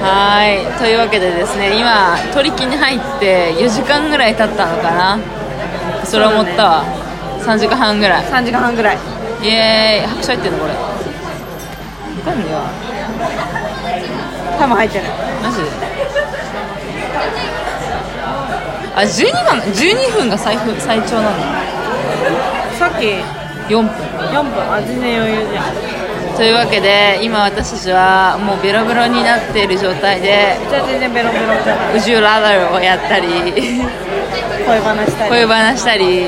はいというわけでですね今取り木に入って4時間ぐらい経ったのかなそれ思ったわ、3時間半ぐらい3時間半ぐらいイエーイ拍手入ってんのこれわかんねえわ多分入ってるマジであ12分12分が最ふ最長なのさっき4分4分あ全然余裕じゃんというわけで今私たちはもうベロベロになっている状態でじゃあ全然ベロベロじゃない宇宙ラダルをやったり恋話したり恋話したり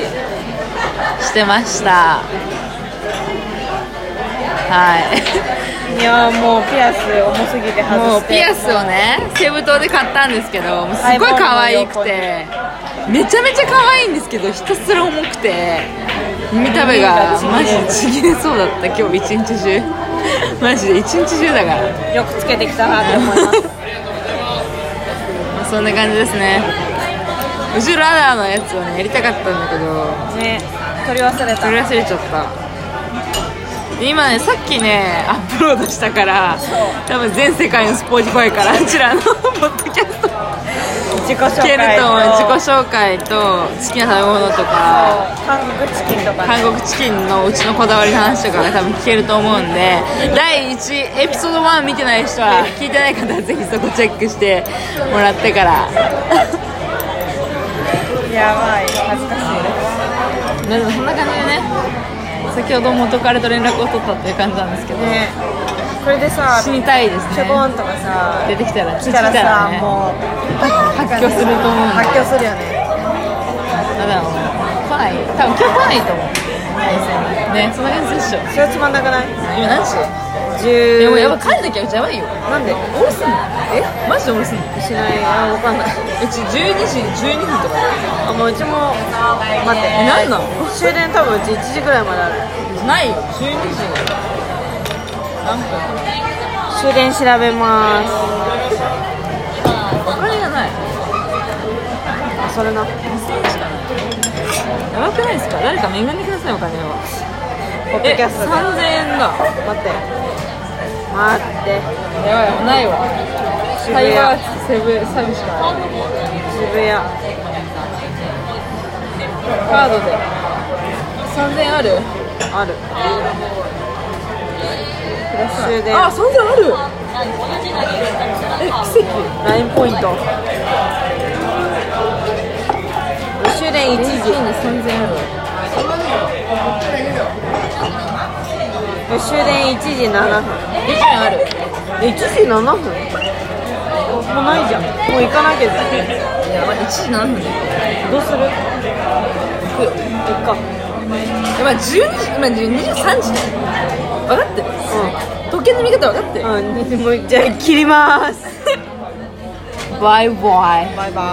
してましたはいいやーもうピアス重すぎても外うしてピアスをね西武島で買ったんですけどもうすごい可愛くてめちゃめちゃ可愛いんですけどひたすら重くて耳たぶがマジでちぎれそうだった今日一日中 マジで一日中だからよくつけてきたなって思いますそんな感じですねウジュラダーのやつをねやりたかったんだけど ね取り忘れた取り忘れちゃったで今ねさっきねアップロードしたから多分全世界のスポーティファイからうちらのポッドキャスト自己紹聞ける介と思う自と己紹介と好きな食べ物とか韓国チキンとかね韓国チキンのうちのこだわりの話とかが多分聞けると思うんで第1エピソード1見てない人は聞いてない方はぜひそこチェックしてもらってからやばい恥ずかしいですでもそんな感じでね先ほど元彼と連絡を取ったっていう感じなんですけどねこれでさ死にたいですチョコンねとかさ出てきたら来たら出てきたらさねもう発狂すると思うんで発狂するよねただ来ない多分今日来ないと思うねそんな感じでしょそれはつまんなくない今何時10でもやばい帰んなきゃうちやばいよなんで俺すんのえマジで俺すんのしないあわかんないうち12時12分とかあもううちも待ってえなんなの終電多分うち1時ぐらいまであるないよ12時何分終電調べますお金がないあそれな2000円しかないやばくないですか誰か恵んでくださいお金をポッドキえャストで3000円だ待って待ってやばいないわ渋タイ谷ガースセブサビしかない渋谷カードで3000円あるある終電あ3000円あるえ奇跡ラインポイント終電1現時金で3000円ある終電1時7分現金あるえ1時7分もうないじゃんもう行かなきゃやばい1時何分だよどうする行くよ行っかやばい12時今23時だよ分かってる時計の見方分かってる うん、うん、もうじゃあ切りますバイバイバイバイ